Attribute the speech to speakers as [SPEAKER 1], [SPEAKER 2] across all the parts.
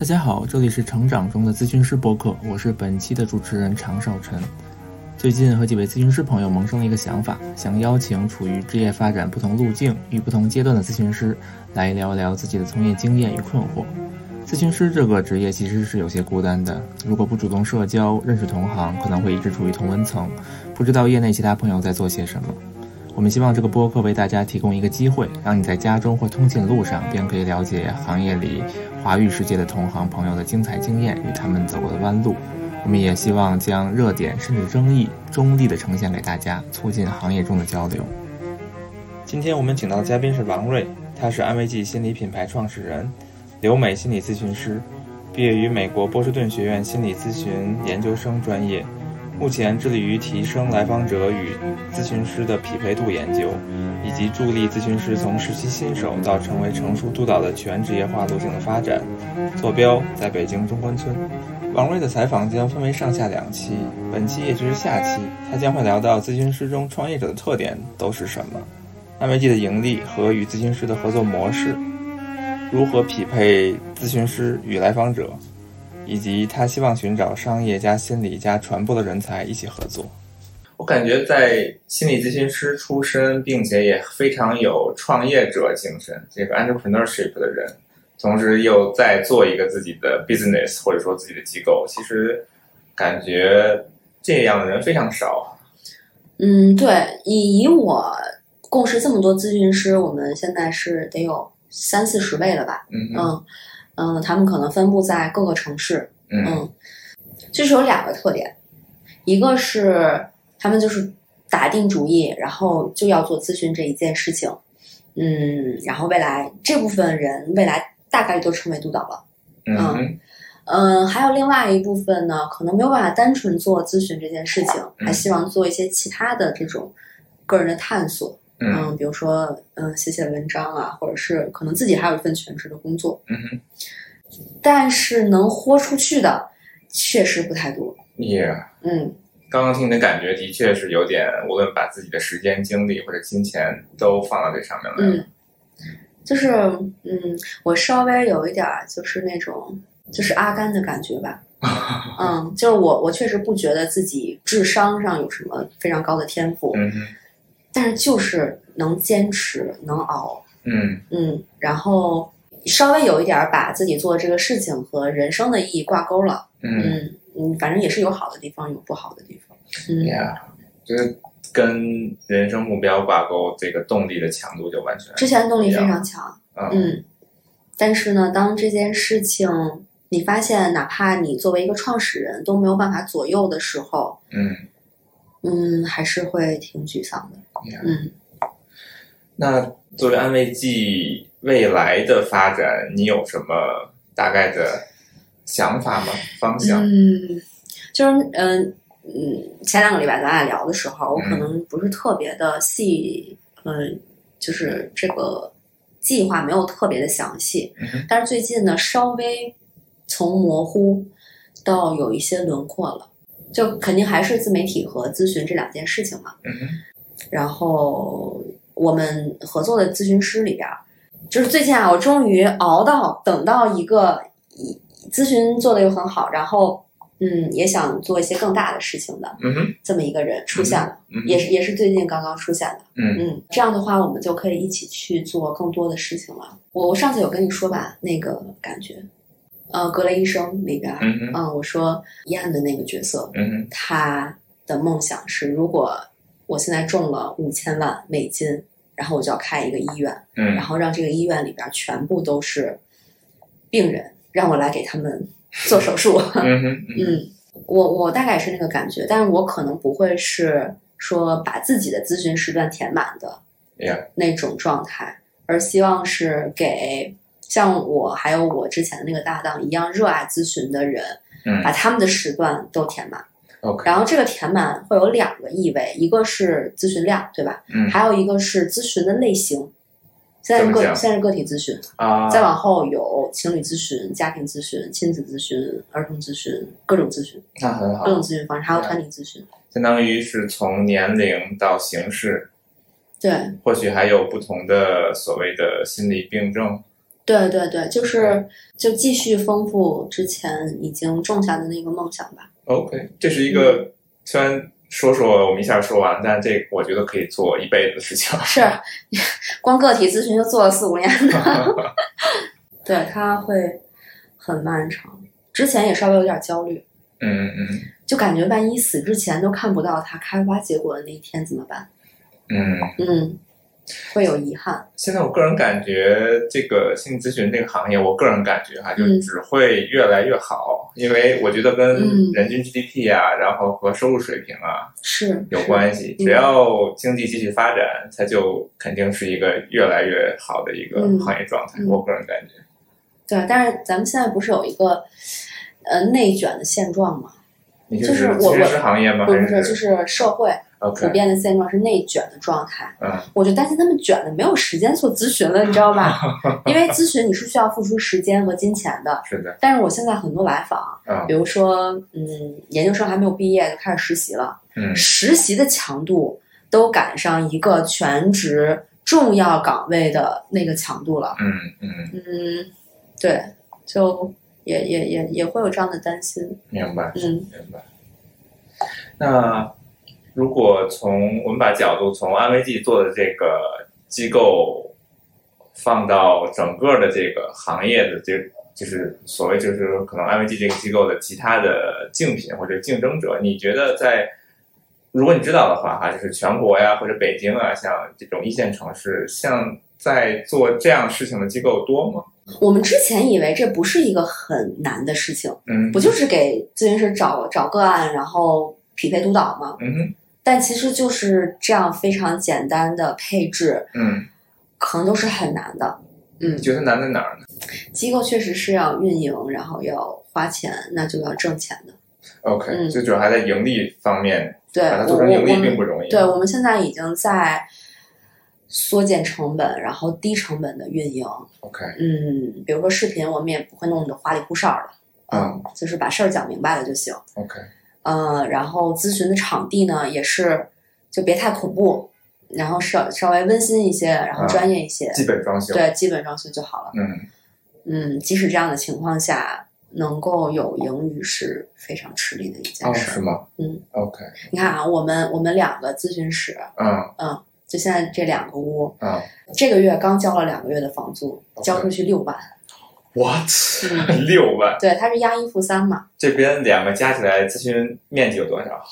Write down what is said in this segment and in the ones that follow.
[SPEAKER 1] 大家好，这里是成长中的咨询师播客，我是本期的主持人常少晨。最近和几位咨询师朋友萌生了一个想法，想邀请处于职业发展不同路径与不同阶段的咨询师来聊聊自己的从业经验与困惑。咨询师这个职业其实是有些孤单的，如果不主动社交、认识同行，可能会一直处于同温层，不知道业内其他朋友在做些什么。我们希望这个播客为大家提供一个机会，让你在家中或通勤路上便可以了解行业里华语世界的同行朋友的精彩经验与他们走过的弯路。我们也希望将热点甚至争议中立的呈现给大家，促进行业中的交流。今天我们请到的嘉宾是王瑞，他是安慰剂心理品牌创始人，留美心理咨询师，毕业于美国波士顿学院心理咨询研究生专业，目前致力于提升来访者与咨询师的匹配度研究，以及助力咨询师从实习新手到成为成熟督导的全职业化路径的发展。坐标在北京中关村。王瑞的采访将分为上下两期，本期也就是下期，他将会聊到咨询师中创业者的特点都是什么，安慰剂的盈利和与咨询师的合作模式，如何匹配咨询师与来访者，以及他希望寻找商业加心理加传播的人才一起合作。我感觉在心理咨询师出身，并且也非常有创业者精神，这个 entrepreneurship 的人，同时又在做一个自己的 business 或者说自己的机构，其实感觉这样的人非常少。
[SPEAKER 2] 嗯，对，以以我共识这么多咨询师，我们现在是得有三四十位了吧？
[SPEAKER 1] 嗯哼
[SPEAKER 2] 嗯嗯，他们可能分布在各个城市。
[SPEAKER 1] 嗯
[SPEAKER 2] 嗯，这是有两个特点，一个是他们就是打定主意，然后就要做咨询这一件事情。嗯，然后未来这部分人未来大概率都成为督导了。
[SPEAKER 1] 嗯哼
[SPEAKER 2] 嗯，还有另外一部分呢，可能没有办法单纯做咨询这件事情，
[SPEAKER 1] 嗯
[SPEAKER 2] 还希望做一些其他的这种个人的探索。
[SPEAKER 1] 嗯
[SPEAKER 2] 嗯，比如说，嗯，写写文章啊，或者是可能自己还有一份全职的工作，
[SPEAKER 1] 嗯哼
[SPEAKER 2] 但是能豁出去的确实不太多。
[SPEAKER 1] ，Yeah，
[SPEAKER 2] 嗯，
[SPEAKER 1] 刚刚听你的感觉的确是有点，无论把自己的时间、精力或者金钱都放到这上面来了。
[SPEAKER 2] 嗯就是，嗯，我稍微有一点儿就是那种就是阿甘的感觉 吧。嗯，就是我我确实不觉得自己智商上有什么非常高的天赋，
[SPEAKER 1] 嗯哼，
[SPEAKER 2] 但是就是能坚持，能熬。
[SPEAKER 1] 嗯
[SPEAKER 2] 嗯，然后稍微有一点儿把自己做的这个事情和人生的意义挂钩了。
[SPEAKER 1] 嗯
[SPEAKER 2] 嗯，嗯，反正也是有好的地方，有不好的地方。嗯
[SPEAKER 1] ，Yeah，就是跟人生目标挂钩，这个动力的强度就完全
[SPEAKER 2] 之前动力非常强，
[SPEAKER 1] 嗯
[SPEAKER 2] 嗯，但是呢，当这件事情你发现，哪怕你作为一个创始人都没有办法左右的时候，
[SPEAKER 1] 嗯。
[SPEAKER 2] 嗯，还是会挺沮丧的。
[SPEAKER 1] Yeah
[SPEAKER 2] 嗯，
[SPEAKER 1] 那作为安慰剂未来的发展，你有什么大概的想法吗？方向？
[SPEAKER 2] 嗯，就是嗯嗯，前两个礼拜咱俩聊的时候，我可
[SPEAKER 1] 嗯
[SPEAKER 2] 能不是特别的细，嗯，就是这个计划没有特别的详细，
[SPEAKER 1] 嗯哼
[SPEAKER 2] 但是最近呢，稍微从模糊到有一些轮廓了，就肯定还是自媒体和咨询这两件事情嘛。
[SPEAKER 1] 嗯哼
[SPEAKER 2] 然后我们合作的咨询师里边儿，就是最近啊，我终于熬到等到一个一咨询做的又很好，然后嗯也想做一些更大的事情的
[SPEAKER 1] 嗯哼
[SPEAKER 2] 这么一个人出现了，
[SPEAKER 1] 嗯哼，
[SPEAKER 2] 也是也是最近刚刚出现的。
[SPEAKER 1] 嗯
[SPEAKER 2] 嗯，这样的话，我们就可以一起去做更多的事情了。我我上次有跟你说吧，那个感觉，呃，《格雷医生》里边，
[SPEAKER 1] 嗯哼
[SPEAKER 2] 嗯，我说伊安的那个角色，
[SPEAKER 1] 嗯哼
[SPEAKER 2] 他的梦想是，如果我现在中了五千万美金，然后我就要开一个医院，然
[SPEAKER 1] 嗯
[SPEAKER 2] 后让这个医院里边全部都是病人，让我来给他们做手术。
[SPEAKER 1] 嗯哼嗯
[SPEAKER 2] 嗯，我我大概是那个感觉，但是我可能不会是说把自己的咨询时段填满的
[SPEAKER 1] Yeah
[SPEAKER 2] 那种状态，而希望是给像我还有我之前的那个搭档一样热爱咨询的人，把
[SPEAKER 1] 嗯
[SPEAKER 2] 他们的时段都填满。
[SPEAKER 1] ，OK，
[SPEAKER 2] 然后这个填满会有两个意味，一个是咨询量，对吧？
[SPEAKER 1] 嗯
[SPEAKER 2] 还有一个是咨询的类型。现在
[SPEAKER 1] 怎
[SPEAKER 2] 是
[SPEAKER 1] 么
[SPEAKER 2] 个
[SPEAKER 1] 讲
[SPEAKER 2] 现在是个体咨询，
[SPEAKER 1] 啊，
[SPEAKER 2] 再往后有情侣咨询、家庭咨询、亲子咨询、儿童咨询，各种咨询。
[SPEAKER 1] 那很好
[SPEAKER 2] 各，种咨询方式，还有团体咨询。
[SPEAKER 1] 相当于是从年龄到形式，
[SPEAKER 2] 对
[SPEAKER 1] 或许还有不同的所谓的心理病症
[SPEAKER 2] 对对对，就是就继续丰富之前已经种下的那个梦想吧。
[SPEAKER 1] OK，这是一
[SPEAKER 2] 嗯
[SPEAKER 1] 个虽然说说我们一下说完，但这我觉得可以做一辈子的事情。
[SPEAKER 2] 是， 光个体咨询就做了四五年 了，对，它会很漫长。之前也稍微有点焦虑，
[SPEAKER 1] 嗯嗯
[SPEAKER 2] 就感觉万一死之前都看不到它开花结果的那一天怎么办？
[SPEAKER 1] 嗯。
[SPEAKER 2] 嗯，会有遗憾。
[SPEAKER 1] 现在我个人感觉，这个心理咨询这个行业，我个人感觉哈，就
[SPEAKER 2] 嗯
[SPEAKER 1] 只会越来越好，因为我觉得跟
[SPEAKER 2] 嗯
[SPEAKER 1] 人均 GDP 啊，然后和收入水平啊
[SPEAKER 2] 是
[SPEAKER 1] 有关系。
[SPEAKER 2] 嗯
[SPEAKER 1] 只要经济继续发展，它就肯定是一个越来越好的一个
[SPEAKER 2] 嗯
[SPEAKER 1] 行业状态。
[SPEAKER 2] 嗯
[SPEAKER 1] 我个人感觉，
[SPEAKER 2] 对，但是咱们现在不是有一个呃内卷的现状吗？
[SPEAKER 1] 你
[SPEAKER 2] 就是是我
[SPEAKER 1] 咨询师行业吗？
[SPEAKER 2] 不
[SPEAKER 1] 还
[SPEAKER 2] 是，就是社会普
[SPEAKER 1] OK？
[SPEAKER 2] 遍的现状是内卷的状态。
[SPEAKER 1] 嗯，
[SPEAKER 2] 我就担心他们卷的没有时间做咨询了，你知道 吧？因为咨询你是需要付出时间和金钱的。
[SPEAKER 1] 是的，
[SPEAKER 2] 但是我现在很多来访，
[SPEAKER 1] 嗯
[SPEAKER 2] 比如说，嗯，研究生还没有毕业就开始实习了，
[SPEAKER 1] 嗯
[SPEAKER 2] 实习的强度都赶上一个全职重要岗位的那个强度了。
[SPEAKER 1] 嗯嗯，
[SPEAKER 2] 嗯，对，就也也也也会有这样的担心。
[SPEAKER 1] 明白。
[SPEAKER 2] 嗯
[SPEAKER 1] 明白。那如果从我们把角度从安慰剂做的这个机构放到整个的这个行业的这，就是所谓就是可能安慰剂这个机构的其他的竞品或者竞争者，你觉得在如果你知道的话哈，就是全国呀或者北京啊，像这种一线城市，像在做这样事情的机构多吗？
[SPEAKER 2] 我们之前以为这不是一个很难的事情，
[SPEAKER 1] 嗯，
[SPEAKER 2] 不就是给咨询师找找个案，然后匹配督导吗？
[SPEAKER 1] 嗯哼
[SPEAKER 2] 但其实就是这样非常简单的配置，
[SPEAKER 1] 嗯，
[SPEAKER 2] 可能都是很难的。嗯
[SPEAKER 1] 你，觉得难在哪儿呢
[SPEAKER 2] 机构确实是要运营，然后要花钱，那就要挣钱的。
[SPEAKER 1] ？OK，、
[SPEAKER 2] 嗯
[SPEAKER 1] 最主要还在盈利方面
[SPEAKER 2] 对
[SPEAKER 1] 把它
[SPEAKER 2] 我
[SPEAKER 1] 做
[SPEAKER 2] 我
[SPEAKER 1] 成盈
[SPEAKER 2] 我
[SPEAKER 1] 利并
[SPEAKER 2] 们
[SPEAKER 1] 不容易。
[SPEAKER 2] 对我们现在已经在缩减成本，然后低成本的运营。
[SPEAKER 1] ，OK，
[SPEAKER 2] 嗯，比如说视频，我们也不会弄得花里胡哨的，
[SPEAKER 1] 嗯，
[SPEAKER 2] 就是把事儿讲明白了就行。
[SPEAKER 1] OK，
[SPEAKER 2] 呃，然后咨询的场地呢，也是就别太恐怖，然后稍稍微温馨一些，然后
[SPEAKER 1] 啊
[SPEAKER 2] 专业一些，
[SPEAKER 1] 基本装修。，
[SPEAKER 2] 对，基本装修就好了。
[SPEAKER 1] 嗯
[SPEAKER 2] 嗯，即使这样的情况下，能够有盈余是非常吃力的一件
[SPEAKER 1] 哦，
[SPEAKER 2] 事。
[SPEAKER 1] 是吗？
[SPEAKER 2] 嗯
[SPEAKER 1] ，OK，
[SPEAKER 2] 你看啊，我们我们两个咨询室，
[SPEAKER 1] 嗯
[SPEAKER 2] 就现在这两个屋，
[SPEAKER 1] 嗯
[SPEAKER 2] 这个月刚交了两个月的房租，交出去六万。
[SPEAKER 1] ，What？
[SPEAKER 2] 嗯
[SPEAKER 1] 六万，
[SPEAKER 2] 对，它是押一付三嘛，
[SPEAKER 1] 这边两个加起来咨询面积有多少？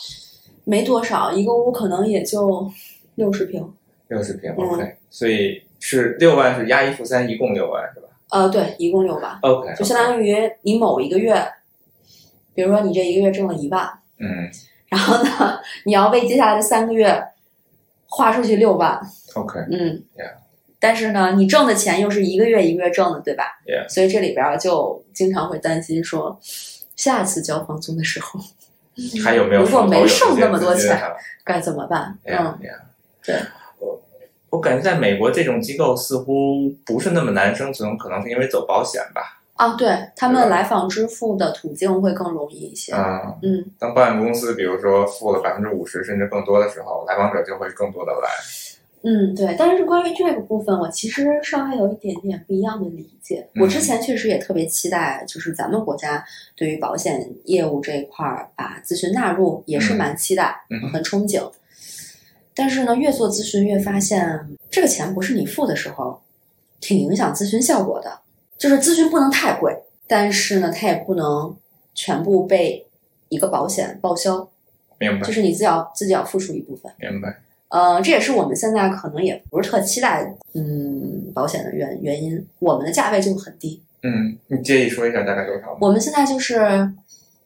[SPEAKER 2] 没多少，一个屋可能也就六十平。
[SPEAKER 1] 六十平，OK，所以是六万是押一付三，一共六万是吧
[SPEAKER 2] 呃，对，一共六万，
[SPEAKER 1] ？OK，
[SPEAKER 2] 就相当于你某一个月，比如说你这一个月挣了一万，
[SPEAKER 1] 嗯
[SPEAKER 2] 然后呢， 你要为接下来的三个月花出去六万，
[SPEAKER 1] ，OK，
[SPEAKER 2] 嗯
[SPEAKER 1] Yeah
[SPEAKER 2] 但是呢，你挣的钱又是一个月一个月挣的，对吧
[SPEAKER 1] Yeah
[SPEAKER 2] 所以这里边儿就经常会担心说，下次交房租的时候
[SPEAKER 1] 还有没有
[SPEAKER 2] 如
[SPEAKER 1] 手头
[SPEAKER 2] 果
[SPEAKER 1] 有这些资金啊？啊
[SPEAKER 2] 没剩那么多钱 该怎么办？
[SPEAKER 1] 哎呀
[SPEAKER 2] 嗯，
[SPEAKER 1] 哎呀，
[SPEAKER 2] 对
[SPEAKER 1] 我我感觉在美国这种机构似乎不是那么难生存，可能是因为走保险吧。
[SPEAKER 2] 啊，对他
[SPEAKER 1] 对
[SPEAKER 2] 们
[SPEAKER 1] 吧
[SPEAKER 2] 来访支付的途径会更容易一些，
[SPEAKER 1] 嗯，
[SPEAKER 2] 嗯。
[SPEAKER 1] 当保险公司比如说付了百分之五十甚至更多的时候，来访者就会更多的来。
[SPEAKER 2] 嗯，对，但是关于这个部分，我其实稍微有一点点不一样的理解。我之
[SPEAKER 1] 嗯
[SPEAKER 2] 前确实也特别期待，就是咱们国家对于保险业务这一块儿把咨询纳入，也是
[SPEAKER 1] 嗯
[SPEAKER 2] 蛮期待、
[SPEAKER 1] 嗯哼
[SPEAKER 2] 很憧憬。但是呢，越做咨询越发现，这个钱不是你付的时候，挺影响咨询效果的。就是咨询不能太贵，但是呢，它也不能全部被一个保险报销，
[SPEAKER 1] 明白
[SPEAKER 2] 就，是你自己要自己要付出一部分。
[SPEAKER 1] 明白。
[SPEAKER 2] 呃，这也是我们现在可能也不是特期待，嗯，保险的原原因。我们的价位就很低，
[SPEAKER 1] 嗯，你介意说一下大概多少吗？
[SPEAKER 2] 我们现在就是，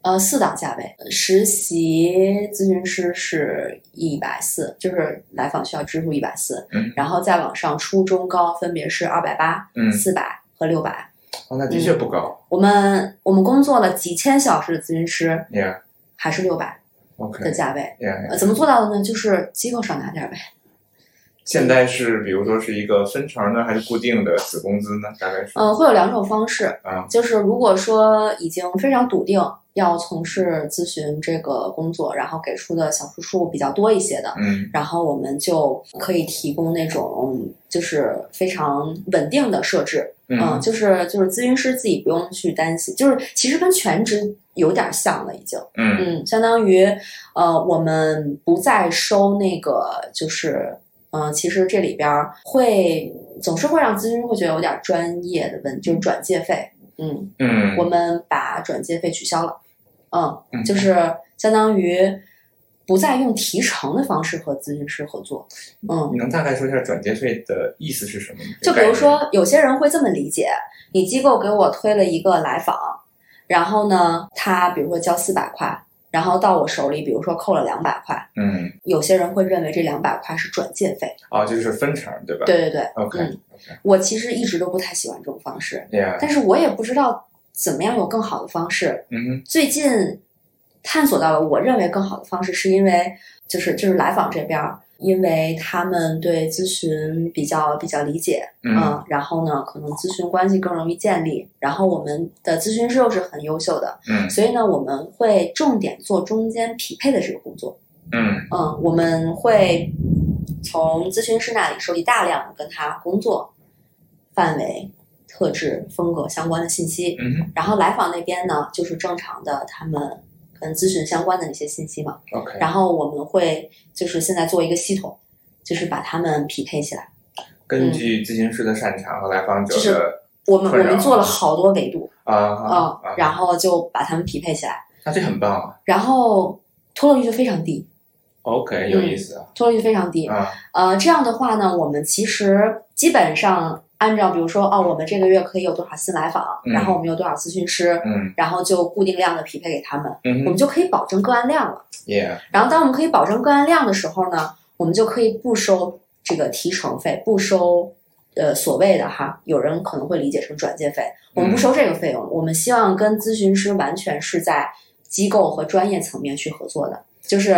[SPEAKER 2] 呃，四档价位，实习咨询师是一百四，就是来访需要支付一百四
[SPEAKER 1] 嗯，
[SPEAKER 2] 然后再往上，初中高分别是二百八、
[SPEAKER 1] 嗯，
[SPEAKER 2] 四百和六百。
[SPEAKER 1] 哦，那的确不高。
[SPEAKER 2] 我们我们工作了几千小时的咨询师
[SPEAKER 1] Yeah,
[SPEAKER 2] 还是六百
[SPEAKER 1] OK.
[SPEAKER 2] 的价位，
[SPEAKER 1] Yeah,
[SPEAKER 2] 呃，怎么做到的呢？就是机构少拿点儿呗，
[SPEAKER 1] 现在是比如说是一个分成呢，还是固定的死工资呢？大概是
[SPEAKER 2] 嗯，会有两种方式，
[SPEAKER 1] 啊
[SPEAKER 2] 就是如果说已经非常笃定要从事咨询这个工作，然后给出的小数数比较多一些的，
[SPEAKER 1] 嗯
[SPEAKER 2] 然后我们就可以提供那种就是非常稳定的设置，嗯，
[SPEAKER 1] 嗯
[SPEAKER 2] 就是就是咨询师自己不用去担心，就是其实跟全职有点像了已经。
[SPEAKER 1] 嗯
[SPEAKER 2] 嗯，相当于呃，我们不再收那个，就是嗯、呃，其实这里边儿会总是会让咨询师会觉得有点专业的问，就是转介费。嗯，
[SPEAKER 1] 嗯，
[SPEAKER 2] 我们把转介费取消了。嗯，
[SPEAKER 1] 嗯
[SPEAKER 2] 就是相当于不再用提成的方式和咨询师合作。嗯，
[SPEAKER 1] 你能大概说一下转介费的意思是什么吗？
[SPEAKER 2] 就比如说，有些人会这么理解：你机构给我推了一个来访，然后呢，他比如说交四百块，然后到我手里，比如说扣了两百块，
[SPEAKER 1] 这概念，嗯，
[SPEAKER 2] 有些人会认为这两百块是转介费。
[SPEAKER 1] 哦，就是分成对吧？
[SPEAKER 2] 对对对，
[SPEAKER 1] ，OK
[SPEAKER 2] 嗯
[SPEAKER 1] OK，
[SPEAKER 2] 我其实一直都不太喜欢这种方式，
[SPEAKER 1] yeah，
[SPEAKER 2] 但是我也不知道怎么样有更好的方式。
[SPEAKER 1] 嗯
[SPEAKER 2] 最近探索到了我认为更好的方式，是因为就是就是来访这边儿，因为他们对咨询比较比较理解，
[SPEAKER 1] 嗯
[SPEAKER 2] 嗯，然后呢，可能咨询关系更容易建立，然后我们的咨询师又是很优秀的，
[SPEAKER 1] 嗯
[SPEAKER 2] 所以呢，我们会重点做中间匹配的这个工作。
[SPEAKER 1] 嗯
[SPEAKER 2] 嗯，我们会从咨询师那里收集大量的跟他工作范围、特质、风格相关的信息，
[SPEAKER 1] 嗯
[SPEAKER 2] 然后来访那边呢，就是正常的他们跟咨询相关的那些信息嘛。
[SPEAKER 1] ，OK，
[SPEAKER 2] 然后我们会就是现在做一个系统，就是把他们匹配起来。
[SPEAKER 1] 根据咨询师的擅长和来访者
[SPEAKER 2] 就是
[SPEAKER 1] 的
[SPEAKER 2] 我们我
[SPEAKER 1] 困扰
[SPEAKER 2] 们做了好多维度。
[SPEAKER 1] 啊
[SPEAKER 2] 嗯
[SPEAKER 1] 啊，啊，
[SPEAKER 2] 然后就把他们匹配起来，
[SPEAKER 1] 那这很棒啊
[SPEAKER 2] 然后脱落率就非常低，嗯
[SPEAKER 1] ，OK，有意思啊，
[SPEAKER 2] 脱落率非常低。
[SPEAKER 1] 啊，
[SPEAKER 2] 呃，这样的话呢，我们其实基本上按照比如说，哦，我们这个月可以有多少新来访，
[SPEAKER 1] 嗯
[SPEAKER 2] 然后我们有多少咨询师，
[SPEAKER 1] 嗯
[SPEAKER 2] 然后就固定量的匹配给他们，
[SPEAKER 1] 嗯
[SPEAKER 2] 我们就可以保证个案量了。
[SPEAKER 1] ，yeah，
[SPEAKER 2] 然后当我们可以保证个案量的时候呢，我们就可以不收这个提成费，不收。呃，所谓的哈，有人可能会理解成转介费，我们
[SPEAKER 1] 嗯
[SPEAKER 2] 不收这个费用，我们希望跟咨询师完全是在机构和专业层面去合作的，就是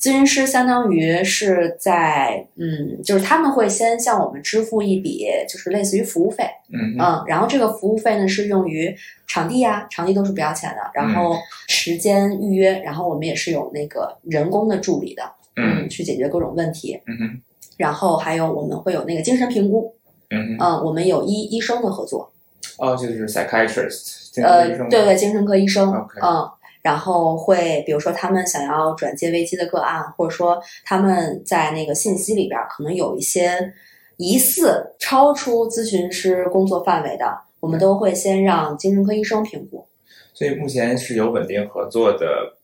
[SPEAKER 2] 咨询师相当于是在嗯，就是他们会先向我们支付一笔，就是类似于服务费，
[SPEAKER 1] 嗯哼
[SPEAKER 2] 嗯，然后这个服务费呢是用于场地呀、场地都是不要钱的，
[SPEAKER 1] 嗯
[SPEAKER 2] 然后时间预约，然后我们也是有那个人工的助理的，
[SPEAKER 1] 嗯
[SPEAKER 2] 去解决各种问题，
[SPEAKER 1] 嗯哼
[SPEAKER 2] 然后还有我们会有那个精神评估，
[SPEAKER 1] 嗯哼，
[SPEAKER 2] 嗯，我们有医医生的合作，
[SPEAKER 1] 哦，就是 psychiatrist，精
[SPEAKER 2] 呃
[SPEAKER 1] 神医，生
[SPEAKER 2] 对对，精神科医生
[SPEAKER 1] OK
[SPEAKER 2] 嗯。然后会，比如说他们想要转介危机的个案，或者说他们在那个信息里边儿可能有一些疑似超出咨询师工作范围的，我
[SPEAKER 1] 嗯
[SPEAKER 2] 们都会先让精神科医生评估。
[SPEAKER 1] 所以目前是有稳定合作的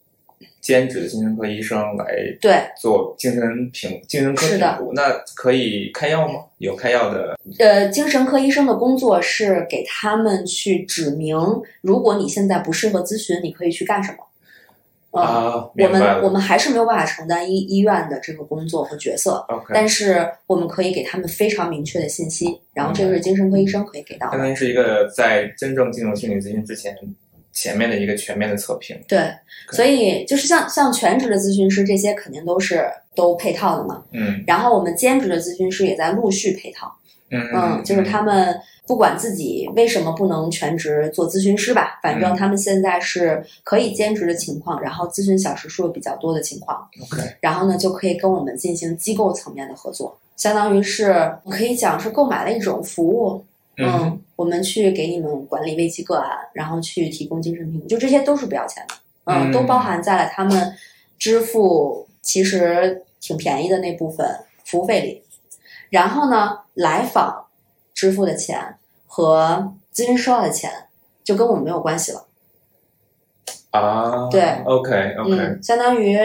[SPEAKER 1] 兼职的精神科医生来
[SPEAKER 2] 对，
[SPEAKER 1] 做精神评精神科
[SPEAKER 2] 是的
[SPEAKER 1] 评估，那可以开药吗？有开药的，
[SPEAKER 2] 呃，精神科医生的工作是给他们去指明，如果你现在不适合咨询，你可以去干什么。嗯，
[SPEAKER 1] 啊，
[SPEAKER 2] 我
[SPEAKER 1] 明白
[SPEAKER 2] 们我
[SPEAKER 1] 了
[SPEAKER 2] 们还是没有办法承担医医院的这个工作和角色，
[SPEAKER 1] ，OK，
[SPEAKER 2] 但是我们可以给他们非常明确的信息，然后这个是精神科医生可以给到
[SPEAKER 1] 相
[SPEAKER 2] 的。
[SPEAKER 1] 当于是一个在真正进入心理咨询之前前面的一个全面的测评，
[SPEAKER 2] 对，
[SPEAKER 1] 可以
[SPEAKER 2] 所以就是像像全职的咨询师，这些肯定都是都配套的嘛。
[SPEAKER 1] 嗯
[SPEAKER 2] 然后我们兼职的咨询师也在陆续配套，
[SPEAKER 1] 嗯
[SPEAKER 2] 嗯，就是他们不管自己为什么不能全职做咨询师吧，反正
[SPEAKER 1] 嗯
[SPEAKER 2] 他们现在是可以兼职的情况，然后咨询小时数比较多的情况，
[SPEAKER 1] OK，
[SPEAKER 2] 然后呢，就可以跟我们进行机构层面的合作，相当于是可以讲是购买了一种服务，
[SPEAKER 1] 嗯
[SPEAKER 2] 嗯，我们去给你们管理危机个案，然后去提供精神评估，就这些都是不要钱的，嗯，
[SPEAKER 1] 嗯
[SPEAKER 2] 都包含在了他们支付其实挺便宜的那部分服务费里。然后呢，来访支付的钱和咨询收到的钱就跟我们没有关系了。
[SPEAKER 1] 啊，
[SPEAKER 2] 对
[SPEAKER 1] ，OK OK，
[SPEAKER 2] 嗯，相当于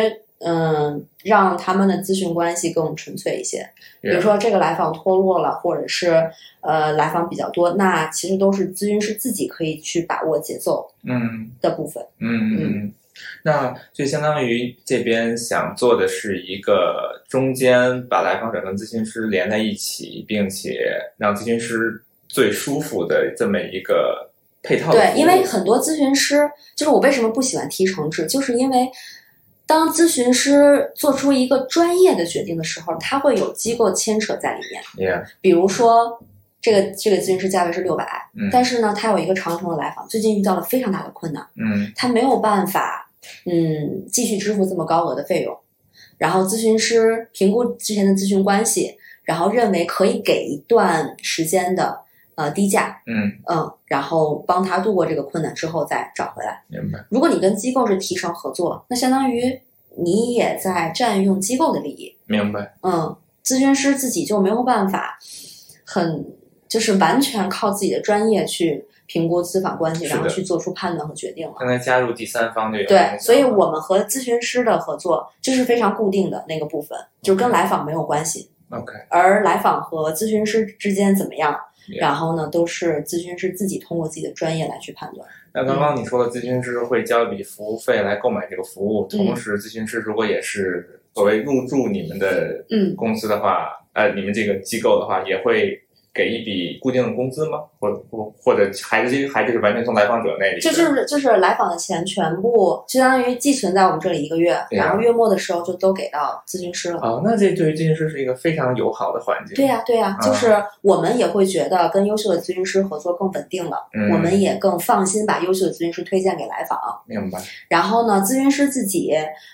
[SPEAKER 2] 嗯，让他们的咨询关系更纯粹一些。比如说这个来访脱落了，或者是呃来访比较多，那其实都是咨询师自己可以去把握节奏
[SPEAKER 1] 嗯。
[SPEAKER 2] 的部分。
[SPEAKER 1] 嗯嗯，嗯，那就相当于这边想做的是一个中间把来访者跟咨询师连在一起，并且让咨询师最舒服的这么一个配套的
[SPEAKER 2] 对，
[SPEAKER 1] 服务
[SPEAKER 2] 因为很多咨询师就是我为什么不喜欢提成制，就是因为当咨询师做出一个专业的决定的时候，他会有机构牵扯在里面。
[SPEAKER 1] ，yeah，
[SPEAKER 2] 比如说，这个这个咨询师价位是六百、
[SPEAKER 1] 嗯
[SPEAKER 2] 但是呢，他有一个长程的来访，最近遇到了非常大的困难，
[SPEAKER 1] 嗯
[SPEAKER 2] 他没有办法，嗯，继续支付这么高额的费用。然后咨询师评估之前的咨询关系，然后认为可以给一段时间的呃低价，
[SPEAKER 1] 嗯，
[SPEAKER 2] 嗯，然后帮他度过这个困难之后再找回来。
[SPEAKER 1] 明白，
[SPEAKER 2] 如果你跟机构是提成合作，那相当于你也在占用机构的利益。
[SPEAKER 1] 明白，
[SPEAKER 2] 嗯，咨询师自己就没有办法很就是完全靠自己的专业去评估咨访关系，
[SPEAKER 1] 是的
[SPEAKER 2] 然后去做出判断和决定了。
[SPEAKER 1] 刚才加入第三方就有影响
[SPEAKER 2] 对，
[SPEAKER 1] 了
[SPEAKER 2] 所以我们和咨询师的合作就是非常固定的那个部分，就是
[SPEAKER 1] 嗯
[SPEAKER 2] 跟来访没有关系。
[SPEAKER 1] OK
[SPEAKER 2] 而来访和咨询师之间怎么样，
[SPEAKER 1] Yeah
[SPEAKER 2] 然后呢，都是咨询师自己通过自己的专业来去判断。
[SPEAKER 1] 那刚刚你说的咨询师会交一笔服务费来购买这个服务，
[SPEAKER 2] 嗯
[SPEAKER 1] 同时咨询师如果也是作为入驻你们的
[SPEAKER 2] 嗯，
[SPEAKER 1] 公司的话，呃，你们这个机构的话，也会给一笔固定的工资吗？或或或者还是还就是完全从来访者那里？
[SPEAKER 2] 就就是就是来访的钱全部就相当于寄存在我们这里一个月，
[SPEAKER 1] 对呀啊
[SPEAKER 2] 然后月末的时候就都给到咨询师了。
[SPEAKER 1] 哦，那这对于咨询师是一个非常友好的环境。
[SPEAKER 2] 对呀、对呀、
[SPEAKER 1] 啊
[SPEAKER 2] 就是我们也会觉得跟优秀的咨询师合作更稳定了，
[SPEAKER 1] 嗯
[SPEAKER 2] 我们也更放心把优秀的咨询师推荐给来访。
[SPEAKER 1] 明白。
[SPEAKER 2] 然后呢，咨询师自己，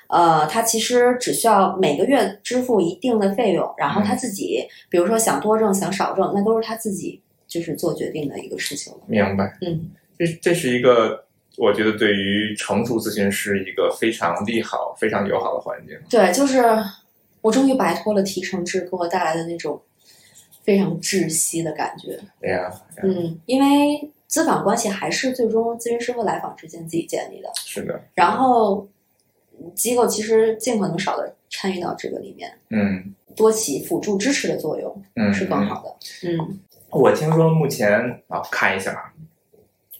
[SPEAKER 2] 呃，他其实只需要每个月支付一定的费用，然后
[SPEAKER 1] 嗯
[SPEAKER 2] 他自己，比如说想多挣想少挣，那都是他自己就是做决定的一个事情了。
[SPEAKER 1] 明白，
[SPEAKER 2] 嗯，
[SPEAKER 1] 这这是一个我觉得对于成熟咨询师一个非常利好、非常友好的环境。
[SPEAKER 2] 对，就是我终于摆脱了提成制给我带来的那种非常窒息的感觉。
[SPEAKER 1] 对哎呀，对呀
[SPEAKER 2] 嗯，因为咨访关系还是最终咨询师和来访之间自己建立的，
[SPEAKER 1] 是的，
[SPEAKER 2] 然后机构其实尽可能少的参与到这个里面，
[SPEAKER 1] 嗯
[SPEAKER 2] 多起辅助支持的作用
[SPEAKER 1] 嗯，
[SPEAKER 2] 是更好的。嗯
[SPEAKER 1] 我听说目前啊，看一下啊，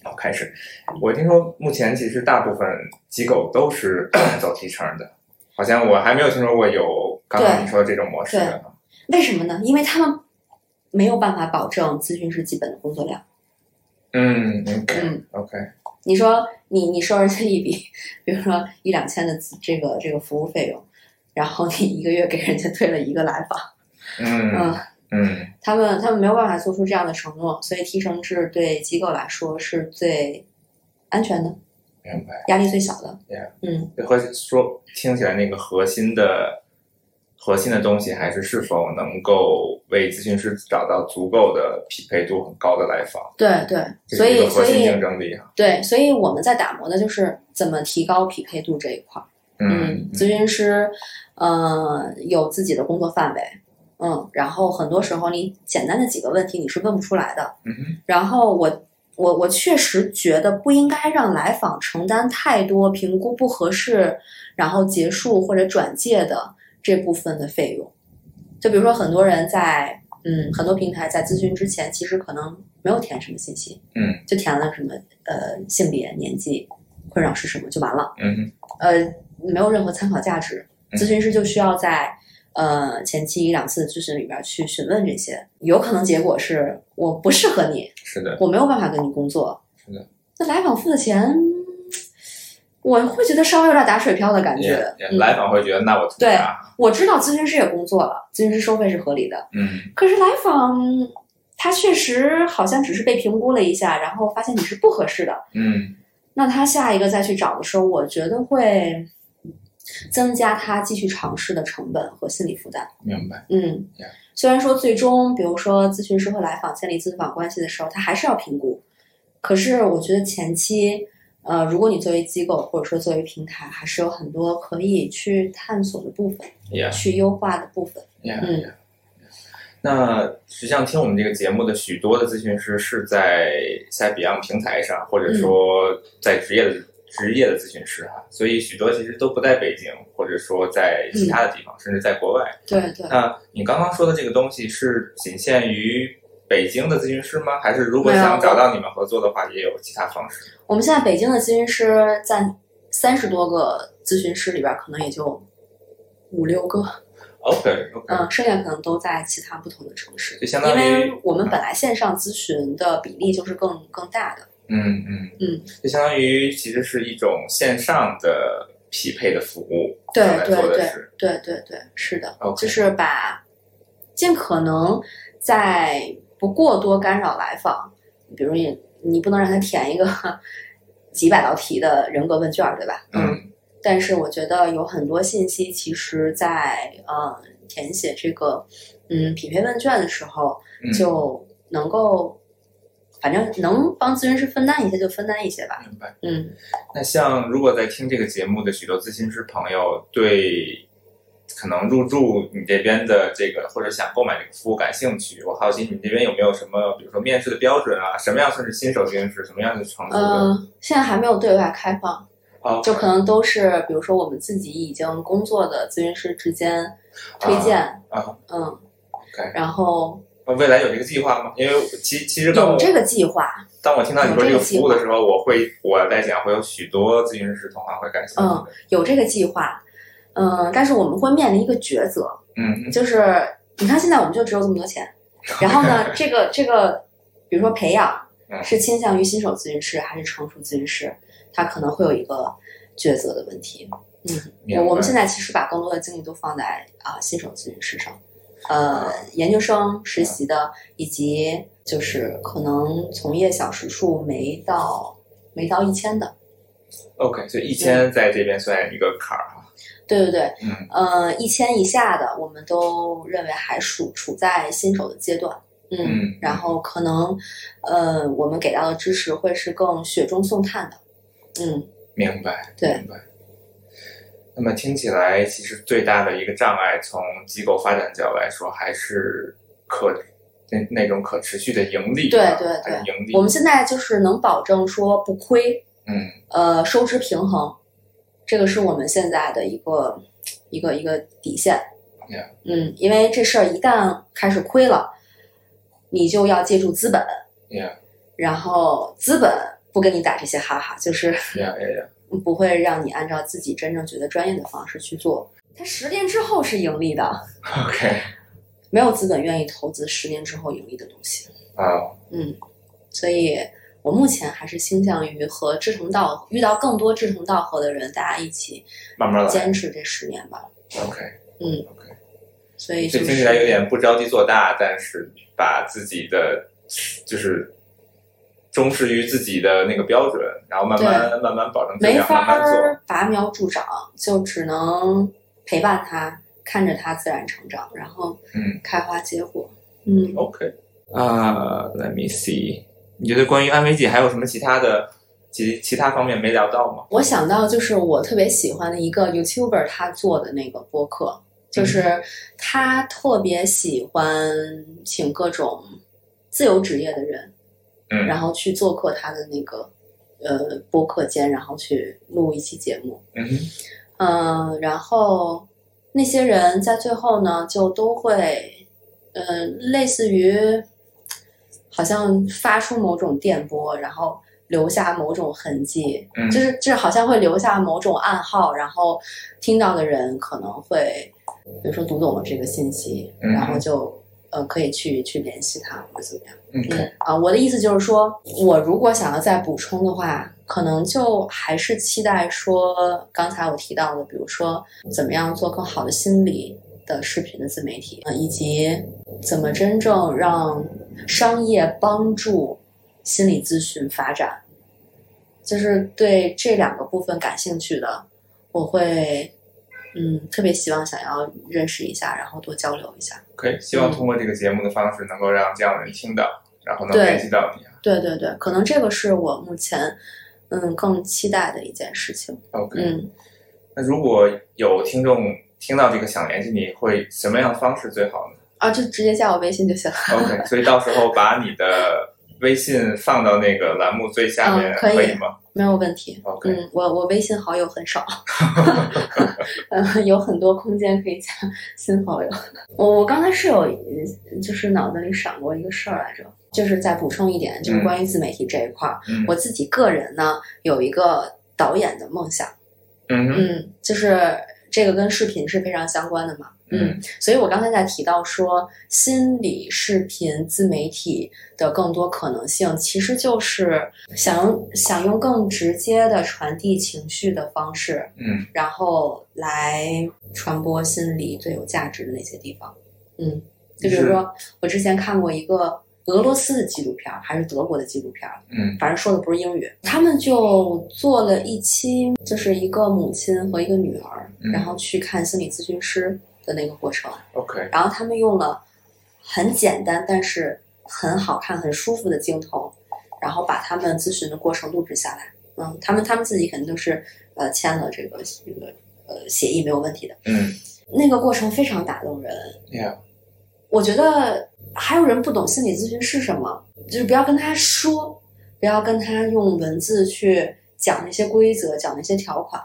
[SPEAKER 1] 好开始。我听说目前其实大部分机构都是 走提成的，好像我还没有听说过有刚刚
[SPEAKER 2] 对
[SPEAKER 1] 你说的这种模式的。
[SPEAKER 2] 为什么呢？因为他们没有办法保证咨询师基本的工作量。
[SPEAKER 1] 嗯，OK
[SPEAKER 2] 嗯，
[SPEAKER 1] OK，
[SPEAKER 2] 你说你你收人家一笔，比如说一两千的咨这个这个服务费用，然后你一个月给人家推了一个来访，
[SPEAKER 1] 嗯
[SPEAKER 2] 嗯，
[SPEAKER 1] 嗯
[SPEAKER 2] 他们他们没有办法做出这样的承诺，所以提成制对机构来说是最安全的，
[SPEAKER 1] 明白。
[SPEAKER 2] 压力最小的。
[SPEAKER 1] Yeah
[SPEAKER 2] 嗯，
[SPEAKER 1] 这和说听起来那个核心的核心的东西，还是是否能够为咨询师找到足够的匹配度很高的来访，
[SPEAKER 2] 对对，
[SPEAKER 1] 这
[SPEAKER 2] 所
[SPEAKER 1] 是一
[SPEAKER 2] 以
[SPEAKER 1] 个核
[SPEAKER 2] 所
[SPEAKER 1] 心竞
[SPEAKER 2] 以
[SPEAKER 1] 争力啊。
[SPEAKER 2] 对，所以我们在打磨的就是怎么提高匹配度这一块儿。嗯
[SPEAKER 1] 嗯，，
[SPEAKER 2] 咨询师，呃，有自己的工作范围，嗯，然后很多时候你简单的几个问题你是问不出来的。
[SPEAKER 1] 嗯哼
[SPEAKER 2] 然后我我我确实觉得不应该让来访承担太多评估不合适，然后结束或者转介的这部分的费用。就比如说很多人在嗯很多平台在咨询之前，其实可能没有填什么信息，
[SPEAKER 1] 嗯，
[SPEAKER 2] 就填了什么呃性别、年纪、困扰是什么就完了。
[SPEAKER 1] 嗯哼
[SPEAKER 2] 呃，没有任何参考价值。
[SPEAKER 1] 嗯
[SPEAKER 2] 咨询师就需要在呃前期一两次咨询里边去询问这些，有可能结果是我不适合你，
[SPEAKER 1] 是的，
[SPEAKER 2] 我没有办法跟你工作。
[SPEAKER 1] 是的，
[SPEAKER 2] 那来访付的钱，我会觉得稍微有点打水漂的感
[SPEAKER 1] 也
[SPEAKER 2] 觉。
[SPEAKER 1] 也
[SPEAKER 2] 嗯
[SPEAKER 1] 来访会觉得那我图啊
[SPEAKER 2] 对
[SPEAKER 1] 啥？
[SPEAKER 2] 我知道咨询师也工作了，咨询师收费是合理的，
[SPEAKER 1] 嗯
[SPEAKER 2] 可是来访。他确实好像只是被评估了一下，然后发现你是不合适的，
[SPEAKER 1] 嗯
[SPEAKER 2] 那他下一个再去找的时候，我觉得会增加他继续尝试的成本和心理负担。
[SPEAKER 1] 明白
[SPEAKER 2] 嗯
[SPEAKER 1] Yeah.，
[SPEAKER 2] 虽然说最终，比如说咨询师和来访建立咨访关系的时候，他还是要评估，可是我觉得前期，呃，如果你作为机构或者说作为平台，还是有很多可以去探索的部分，
[SPEAKER 1] ，yeah
[SPEAKER 2] 去优化的部分。
[SPEAKER 1] yeah
[SPEAKER 2] 嗯
[SPEAKER 1] yeah。那实际上听我们这个节目的许多的咨询师是在在 Beyond 平台上，或者
[SPEAKER 2] 嗯
[SPEAKER 1] 说在职业的、职业的咨询师哈，所以许多其实都不在北京，或者说在其他的地方，
[SPEAKER 2] 嗯
[SPEAKER 1] 甚至在国外。
[SPEAKER 2] 对对，
[SPEAKER 1] 那你刚刚说的这个东西是仅限于北京的咨询师吗？还是如果
[SPEAKER 2] 没有
[SPEAKER 1] 想找到你们合作的话，也有其他方式？
[SPEAKER 2] 我们现在北京的咨询师在三十多个咨询师里边儿，可能也就五六个。
[SPEAKER 1] OK OK，、
[SPEAKER 2] 嗯，剩下可能都在其他不同的城市，
[SPEAKER 1] 就相当于嗯
[SPEAKER 2] 因为我们本来线上咨询的比例就是更更大的，
[SPEAKER 1] 嗯嗯
[SPEAKER 2] 嗯，
[SPEAKER 1] 就相当于其实是一种线上的匹配的服务，
[SPEAKER 2] 对
[SPEAKER 1] 刚才
[SPEAKER 2] 对
[SPEAKER 1] 做的
[SPEAKER 2] 对
[SPEAKER 1] 是
[SPEAKER 2] 对对对，是的
[SPEAKER 1] OK
[SPEAKER 2] 就是把尽可能在不过多干扰来访，比如你你不能让他填一个 几百道题的人格问卷儿，对吧？
[SPEAKER 1] 嗯
[SPEAKER 2] 但是我觉得有很多信息，其实在呃填写这个嗯匹配问卷的时候，
[SPEAKER 1] 嗯
[SPEAKER 2] 就能够、反正能帮咨询师分担一些就分担一些吧。
[SPEAKER 1] 明白。
[SPEAKER 2] 嗯，
[SPEAKER 1] 那像如果在听这个节目的许多咨询师朋友对可能入驻你这边的这个或者想购买这个服务感兴趣，我好奇你这边有没有什么，比如说面试的标准啊，什么样算是新手咨询师，什么样的成熟的？
[SPEAKER 2] 呃，现在还没有对外开放，
[SPEAKER 1] 哦，
[SPEAKER 2] 就可能都是比如说我们自己已经工作的咨询师之间推荐，
[SPEAKER 1] 啊
[SPEAKER 2] 嗯
[SPEAKER 1] OK
[SPEAKER 2] 然后
[SPEAKER 1] 哦未来有这个计划吗？因为其其实当
[SPEAKER 2] 有
[SPEAKER 1] 我
[SPEAKER 2] 这个计划，
[SPEAKER 1] 当我听到你说这
[SPEAKER 2] 哦有这
[SPEAKER 1] 个
[SPEAKER 2] 个计
[SPEAKER 1] 服
[SPEAKER 2] 划
[SPEAKER 1] 务的时候，我会我在想会有许多咨询师同行会感兴趣的。
[SPEAKER 2] 有这个计划，嗯、但是我们会面临一个抉择，
[SPEAKER 1] 嗯，
[SPEAKER 2] 就是你看现在我们就只有这么多钱，然 后呢，这个这个，比如说培养
[SPEAKER 1] 嗯
[SPEAKER 2] 是倾向于新手咨询师还是成熟咨询师，他可能会有一个抉择的问题。
[SPEAKER 1] 明白
[SPEAKER 2] 我我们现在其实把更多的精力都放在啊、新手咨询师上，呃，研究生实习的以及就是可能从业小时数没到没到一千的，
[SPEAKER 1] OK，所以一千在这边算一个坎儿哈。
[SPEAKER 2] 对对对，
[SPEAKER 1] 嗯
[SPEAKER 2] 呃，一千以下的我们都认为还属处在新手的阶段，
[SPEAKER 1] 嗯
[SPEAKER 2] 然后可能，呃，我们给到的支持会是更雪中送炭的，嗯，
[SPEAKER 1] 明白，
[SPEAKER 2] 对
[SPEAKER 1] 明白。那么听起来，其实最大的一个障碍，从机构发展角来说，还是可那那种可持续的盈利吧，
[SPEAKER 2] 对对对
[SPEAKER 1] 还是盈利。
[SPEAKER 2] 我们现在就是能保证说不亏，
[SPEAKER 1] 嗯
[SPEAKER 2] 呃，收支平衡，这个是我们现在的一个一个一个底线
[SPEAKER 1] Yeah。
[SPEAKER 2] 嗯，因为这事儿一旦开始亏了，你就要借助资本，
[SPEAKER 1] ，yeah
[SPEAKER 2] 然后资本不跟你打这些哈哈，就是
[SPEAKER 1] yeah yeah yeah，
[SPEAKER 2] 不会让你按照自己真正觉得专业的方式去做。它十年之后是盈利的，
[SPEAKER 1] ，OK
[SPEAKER 2] 没有资本愿意投资十年之后盈利的东西。
[SPEAKER 1] 啊，
[SPEAKER 2] 嗯，所以我目前还是倾向于和志同道遇到更多志同道合的人，大家一起
[SPEAKER 1] 慢慢来
[SPEAKER 2] 坚持这十年吧。
[SPEAKER 1] ，OK。
[SPEAKER 2] 嗯
[SPEAKER 1] OK
[SPEAKER 2] 所以
[SPEAKER 1] 这
[SPEAKER 2] 就
[SPEAKER 1] 听起来有
[SPEAKER 2] 是
[SPEAKER 1] 点不着急做大，但是把自己的就是忠实于自己的那个标准，然后慢慢慢慢保证质
[SPEAKER 2] 没
[SPEAKER 1] 量，
[SPEAKER 2] 法
[SPEAKER 1] 慢慢做。
[SPEAKER 2] 儿拔苗助长，就只能陪伴他，看着他自然成长，然后
[SPEAKER 1] 嗯
[SPEAKER 2] 开花结果。嗯，
[SPEAKER 1] OK，啊、l e t me see，你觉得关于安慰剂还有什么其他的其其他方面没聊到吗？
[SPEAKER 2] 我想到就是我特别喜欢的一个 YouTuber 他做的那个播客，就是他特别喜欢请各种自由职业的人，
[SPEAKER 1] 嗯
[SPEAKER 2] 然后去做客他的那个呃播客间，然后去录一期节目，
[SPEAKER 1] 嗯哼，
[SPEAKER 2] 嗯、然后那些人在最后呢，就都会，呃，类似于好像发出某种电波，然后留下某种痕迹，
[SPEAKER 1] 嗯
[SPEAKER 2] 就是就是好像会留下某种暗号，然后听到的人可能会，比如说读懂了这个信息，
[SPEAKER 1] 嗯
[SPEAKER 2] 然后就呃可以去去联系他或者怎么样。
[SPEAKER 1] 嗯
[SPEAKER 2] 嗯啊，我的意思就是说，我如果想要再补充的话，可能就还是期待说刚才我提到的，比如说怎么样做更好的心理的视频的自媒体，呃以及怎么真正让商业帮助心理咨询发展，就是对这两个部分感兴趣的，我会嗯特别希望想要认识一下，然后多交流一下。
[SPEAKER 1] 可以，希望通过这个节目的方式，能够让这样的人听到，然后能
[SPEAKER 2] 对
[SPEAKER 1] 联系到你啊。
[SPEAKER 2] 对对对，可能这个是我目前嗯更期待的一件事情。
[SPEAKER 1] OK，、
[SPEAKER 2] 嗯，
[SPEAKER 1] 那如果有听众听到这个想联系你，会什么样的方式最好呢？
[SPEAKER 2] 啊，就直接加我微信就行了。
[SPEAKER 1] OK，所以到时候把你的微信放到那个栏目最下面，
[SPEAKER 2] 嗯可以
[SPEAKER 1] 吗
[SPEAKER 2] 没有问题。
[SPEAKER 1] ？OK，、
[SPEAKER 2] 嗯，我我微信好友 很少，嗯，有很多空间可以加新好友。我我刚才是有，嗯就是脑子里闪过一个事儿来着，就是再补充一点，就是
[SPEAKER 1] 嗯
[SPEAKER 2] 关于自媒体这一块儿，
[SPEAKER 1] 嗯，
[SPEAKER 2] 我自己个人呢有一个导演的梦想，
[SPEAKER 1] 嗯哼
[SPEAKER 2] 嗯，就是这个跟视频是非常相关的嘛，嗯，所以我刚才在提到说，心理视频自媒体的更多可能性，其实就是想用想用更直接的传递情绪的方式，
[SPEAKER 1] 嗯，
[SPEAKER 2] 然后来传播心理最有价值的那些地方。嗯，就比如说我之前看过一个俄罗斯的纪录片儿，还是德国的纪录片儿，
[SPEAKER 1] 嗯
[SPEAKER 2] 反正说的不是英语。他们就做了一期，就是一个母亲和一个女儿，
[SPEAKER 1] 嗯
[SPEAKER 2] 然后去看心理咨询师的那个过程。
[SPEAKER 1] ，OK，
[SPEAKER 2] 然后他们用了很简单但是很好看、很舒服的镜头，然后把他们咨询的过程录制下来。嗯，他们他们自己肯定都是呃签了这个这个呃协议没有问题的。
[SPEAKER 1] 嗯
[SPEAKER 2] 那个过程非常打动人。
[SPEAKER 1] ，Yeah，
[SPEAKER 2] 我觉得还有人不懂心理咨询是什么，就是不要跟他说，不要跟他用文字去讲那些规则、讲那些条款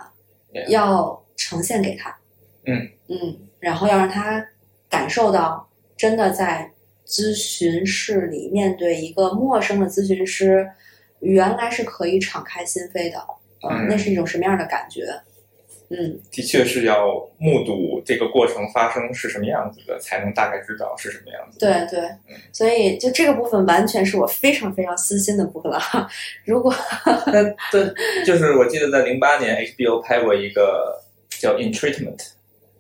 [SPEAKER 1] Yeah.
[SPEAKER 2] 要呈现给他。
[SPEAKER 1] 啊嗯
[SPEAKER 2] 嗯，然后要让他感受到真的在咨询室里面对一个陌生的咨询师，原来是可以敞开心扉的。呃
[SPEAKER 1] 嗯
[SPEAKER 2] 那是一种什么样的感觉？嗯，
[SPEAKER 1] 的确是要目睹这个过程发生是什么样子的，才能大概知道是什么样子。
[SPEAKER 2] 对，对，所以就这个部分完全是我非常非常私心的部分了。如果
[SPEAKER 1] 那这就是我记得在零八年 HBO 拍过一个叫《In Treatment》，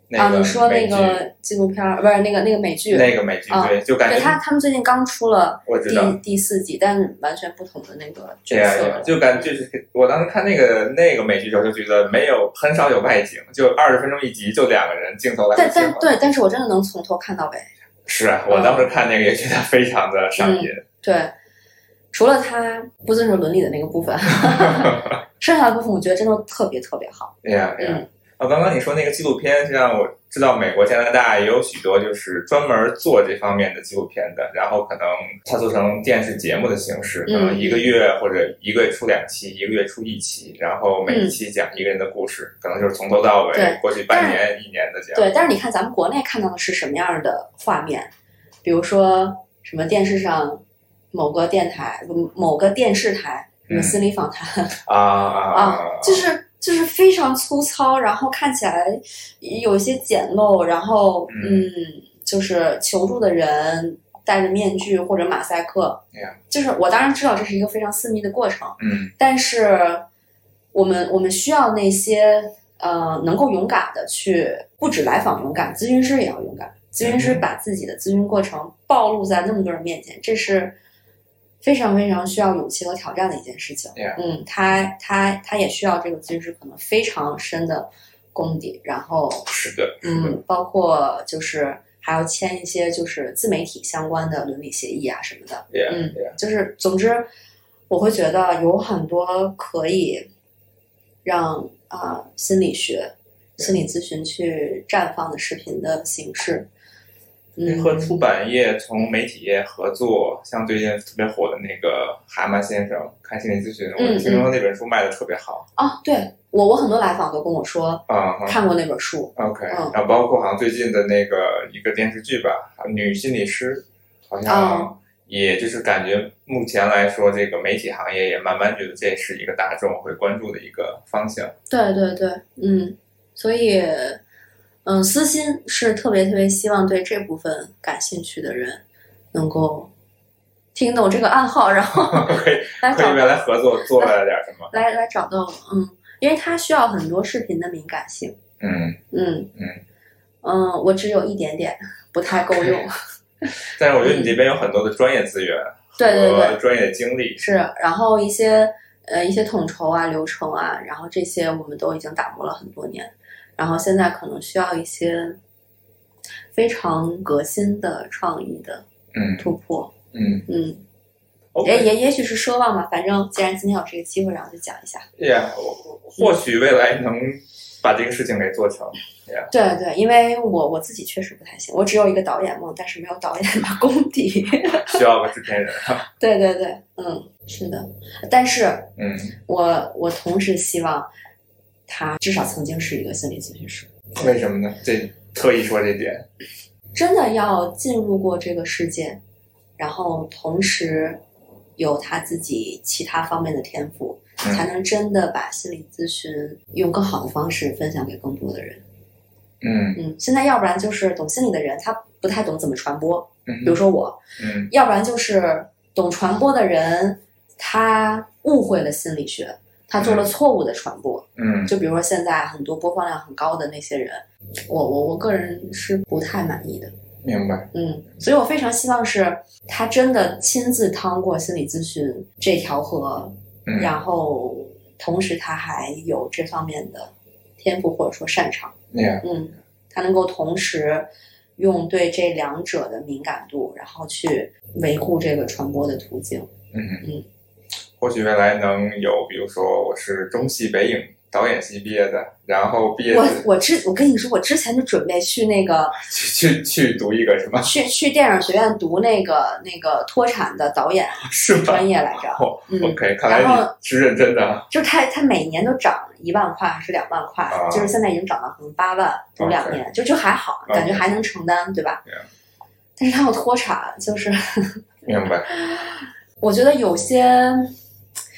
[SPEAKER 1] 那
[SPEAKER 2] 啊，
[SPEAKER 1] 个
[SPEAKER 2] 你说
[SPEAKER 1] 美
[SPEAKER 2] 那
[SPEAKER 1] 剧，
[SPEAKER 2] 个纪录片儿，不是那个那个美剧，
[SPEAKER 1] 那个美剧，
[SPEAKER 2] 啊
[SPEAKER 1] 对，就感
[SPEAKER 2] 对他
[SPEAKER 1] 觉
[SPEAKER 2] 他们最近刚出了
[SPEAKER 1] 我知道
[SPEAKER 2] 第第四季，但完全不同的那个
[SPEAKER 1] 这
[SPEAKER 2] 角
[SPEAKER 1] 样
[SPEAKER 2] 色。
[SPEAKER 1] 一啊个，就感觉就是我当时看那个那个美剧的时候，就觉得没有很少有外景，就二十分钟一集，就两个人镜头来回
[SPEAKER 2] 但
[SPEAKER 1] 切
[SPEAKER 2] 但
[SPEAKER 1] 换。
[SPEAKER 2] 对，但是我真的能从头看到尾。
[SPEAKER 1] 是啊，我当时看那个也觉得非常的上瘾。
[SPEAKER 2] 对，除了他不遵守伦理的那个部 分， 剩下的部分我觉得真的特别特别好。
[SPEAKER 1] 对 呀对呀。
[SPEAKER 2] 嗯
[SPEAKER 1] 啊，刚刚你说那个纪录片，是让我知道美国、加拿大也有许多就是专门做这方面的纪录片的，然后可能它做成电视节目的形式，可能
[SPEAKER 2] 嗯
[SPEAKER 1] 一个月或者一个月出两期，一个月出一期，然后每一期讲一个人的故事，可能就是从头到尾
[SPEAKER 2] 对
[SPEAKER 1] 过去半年、一年的这样。
[SPEAKER 2] 对，但是你看咱们国内看到的是什么样的画面？比如说什么电视上某个电台、某某个电视台什么
[SPEAKER 1] 嗯
[SPEAKER 2] 心理访谈。
[SPEAKER 1] 啊啊
[SPEAKER 2] 啊，就是就是非常粗糙，然后看起来有些简陋，然后
[SPEAKER 1] 嗯
[SPEAKER 2] 嗯，就是求助的人戴着面具或者马赛克
[SPEAKER 1] Yeah
[SPEAKER 2] 就是我当然知道这是一个非常私密的过程，
[SPEAKER 1] 嗯
[SPEAKER 2] 但是我们我们需要那些呃能够勇敢的去，不止来访勇敢，咨询师也要勇敢。咨询师
[SPEAKER 1] 嗯
[SPEAKER 2] 把自己的咨询过程暴露在那么多人面前，这是非常非常需要勇气和挑战的一件事情。
[SPEAKER 1] Yeah
[SPEAKER 2] 嗯，他他他也需要这个咨询师可能非常深的功底，然后
[SPEAKER 1] 是的，是的，
[SPEAKER 2] 嗯，包括就是还要签一些就是自媒体相关的伦理协议啊什么的。
[SPEAKER 1] 对呀
[SPEAKER 2] 嗯
[SPEAKER 1] 对呀，
[SPEAKER 2] 就是总之，我会觉得有很多可以让啊、心理学、
[SPEAKER 1] 对
[SPEAKER 2] 心理咨询去绽放的视频的形式。嗯，
[SPEAKER 1] 和出版业、从媒体业合作，像最近特别火的那个蛤蟆先生看心理咨询，
[SPEAKER 2] 嗯
[SPEAKER 1] 我听说那本书卖的特别好
[SPEAKER 2] 啊，对我我很多来访都跟我说
[SPEAKER 1] 啊。哈
[SPEAKER 2] 看过那本书，
[SPEAKER 1] OK，
[SPEAKER 2] 嗯
[SPEAKER 1] 然后包括好像最近的那个一个电视剧吧，《女心理师》，好
[SPEAKER 2] 哦
[SPEAKER 1] 像也就是感觉目前来说，这个媒体行业也慢慢觉得这是一个大众会关注的一个方向。
[SPEAKER 2] 对对对，嗯，所以嗯，私心是特别特别希望对这部分感兴趣的人能够听懂这个暗号，然后
[SPEAKER 1] 可以
[SPEAKER 2] 来
[SPEAKER 1] 可
[SPEAKER 2] 找
[SPEAKER 1] 以原来合作做了点什么？
[SPEAKER 2] 来来找到我，嗯，因为它需要很多视频的敏感性，
[SPEAKER 1] 嗯，
[SPEAKER 2] 嗯
[SPEAKER 1] 嗯
[SPEAKER 2] 嗯我只有一点点，不太够用，
[SPEAKER 1] 但是我觉得你这边有很多的专业资源
[SPEAKER 2] 对对
[SPEAKER 1] 和
[SPEAKER 2] 对，
[SPEAKER 1] 专业的经历，
[SPEAKER 2] 是，然后一些呃一些统筹啊、流程啊，然后这些我们都已经打磨了很多年，然后现在可能需要一些非常革新的创意的
[SPEAKER 1] 嗯
[SPEAKER 2] 突破，
[SPEAKER 1] 嗯
[SPEAKER 2] 嗯，
[SPEAKER 1] ，OK
[SPEAKER 2] 也也也许是奢望吧，反正既然今天有这个机会，然后就讲一下。
[SPEAKER 1] Yeah，我或许未来能把这个事情给做成。
[SPEAKER 2] 对对，因为我我自己确实不太行，我只有一个导演梦，但是没有导演的 功底。
[SPEAKER 1] 需要个制片人。
[SPEAKER 2] 对对对，嗯，是的，但是
[SPEAKER 1] 嗯
[SPEAKER 2] 我我同时希望他至少曾经是一个心理咨询师，
[SPEAKER 1] 为什么呢？这特意说这点。
[SPEAKER 2] 真的要进入过这个世界，然后同时有他自己其他方面的天赋，
[SPEAKER 1] 嗯
[SPEAKER 2] 才能真的把心理咨询用更好的方式分享给更多的人。
[SPEAKER 1] 嗯
[SPEAKER 2] 嗯，现在要不然就是懂心理的人，他不太懂怎么传播，比如
[SPEAKER 1] 嗯
[SPEAKER 2] 说我，
[SPEAKER 1] 嗯
[SPEAKER 2] 要不然就是懂传播的人，他误会了心理学，他做了错误的传播。
[SPEAKER 1] 嗯
[SPEAKER 2] 就比如说现在很多播放量很高的那些人，我我我个人是不太满意的。
[SPEAKER 1] 明白，
[SPEAKER 2] 嗯，所以我非常希望是他真的亲自趟过心理咨询这条河，
[SPEAKER 1] 嗯
[SPEAKER 2] 然后同时他还有这方面的天赋或者说擅长。
[SPEAKER 1] ，yeah，
[SPEAKER 2] 嗯，他能够同时用对这两者的敏感度，然后去维护这个传播的途径。
[SPEAKER 1] 嗯
[SPEAKER 2] 嗯，
[SPEAKER 1] 或许未来能有，比如说我是中戏北影导演系毕业的，然后毕业
[SPEAKER 2] 我
[SPEAKER 1] 自
[SPEAKER 2] 我之我跟你说，我之前就准备去那个
[SPEAKER 1] 去去去读一个什么，
[SPEAKER 2] 去去电影学院读那个那个脱产的导演
[SPEAKER 1] 是吧
[SPEAKER 2] 专业来着。
[SPEAKER 1] 哦
[SPEAKER 2] 嗯，
[SPEAKER 1] ？OK，看来
[SPEAKER 2] 然
[SPEAKER 1] 你
[SPEAKER 2] 后
[SPEAKER 1] 是认真的啊，
[SPEAKER 2] 就是他他每年都涨一万块还是两万块，
[SPEAKER 1] 啊
[SPEAKER 2] 就是现在已经涨到可能八万，读两年就就还好，
[SPEAKER 1] OK
[SPEAKER 2] 感觉还能承担，对吧
[SPEAKER 1] Yeah
[SPEAKER 2] 但是他要脱产，就是
[SPEAKER 1] 明白，
[SPEAKER 2] 我觉得有些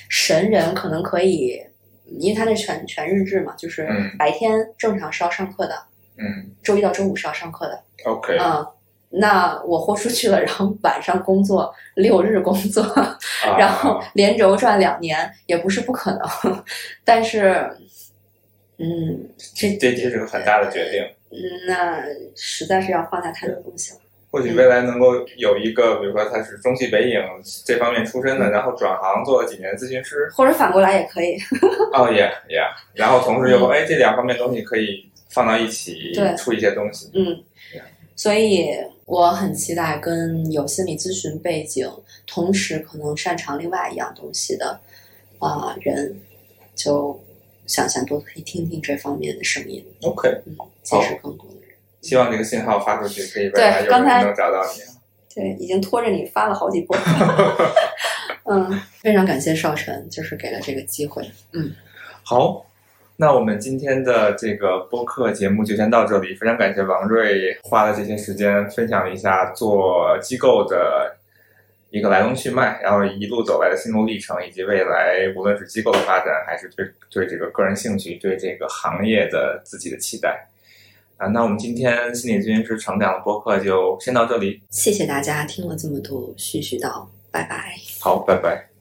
[SPEAKER 2] 神人可能可以，因为他那全全日制嘛，就是
[SPEAKER 1] 嗯
[SPEAKER 2] 白天正常是要上课的，
[SPEAKER 1] 嗯
[SPEAKER 2] 周一到周五是要上课的。
[SPEAKER 1] ，OK，
[SPEAKER 2] 嗯，那我豁出去了，然后晚上工作，六日工作，
[SPEAKER 1] 啊
[SPEAKER 2] 然后连轴转两年也不是不可能。 但是，嗯，这
[SPEAKER 1] 这这是个很大的决定。
[SPEAKER 2] 嗯那实在是要放下太多东西了。
[SPEAKER 1] 或许未来能够有一个，比如说他是中戏北影这方面出身
[SPEAKER 2] 嗯
[SPEAKER 1] 的，然后转行做了几年咨询师，
[SPEAKER 2] 或者反过来也可以，
[SPEAKER 1] 哦也也，然后同时又说，哎，这两方面东西可以放到一起
[SPEAKER 2] 嗯对
[SPEAKER 1] 出一些东西，
[SPEAKER 2] 嗯，所以我很期待跟有心理咨询背景，同时可能擅长另外一样东西的啊、人，就想想多可以听听这方面的声音，
[SPEAKER 1] OK，
[SPEAKER 2] 嗯，结识更多的人。
[SPEAKER 1] 希望这个信号发出去，可以未来有
[SPEAKER 2] 对刚才
[SPEAKER 1] 人能找到你。
[SPEAKER 2] 对，已经拖着你发了好几 波。嗯，非常感谢少晨，就是给了这个机会。
[SPEAKER 1] 好，那我们今天的这个播客节目就先到这里，非常感谢王瑞花了这些时间分享了一下做机构的一个来龙去脉，然后一路走来的心路历程，以及未来无论是机构的发展，还是对对这个个人兴趣、对这个行业的自己的期待。啊，那我们今天心理咨询师成长的播客就先到这里，
[SPEAKER 2] 谢谢大家听了这么多絮絮叨，拜拜。
[SPEAKER 1] 好，拜拜。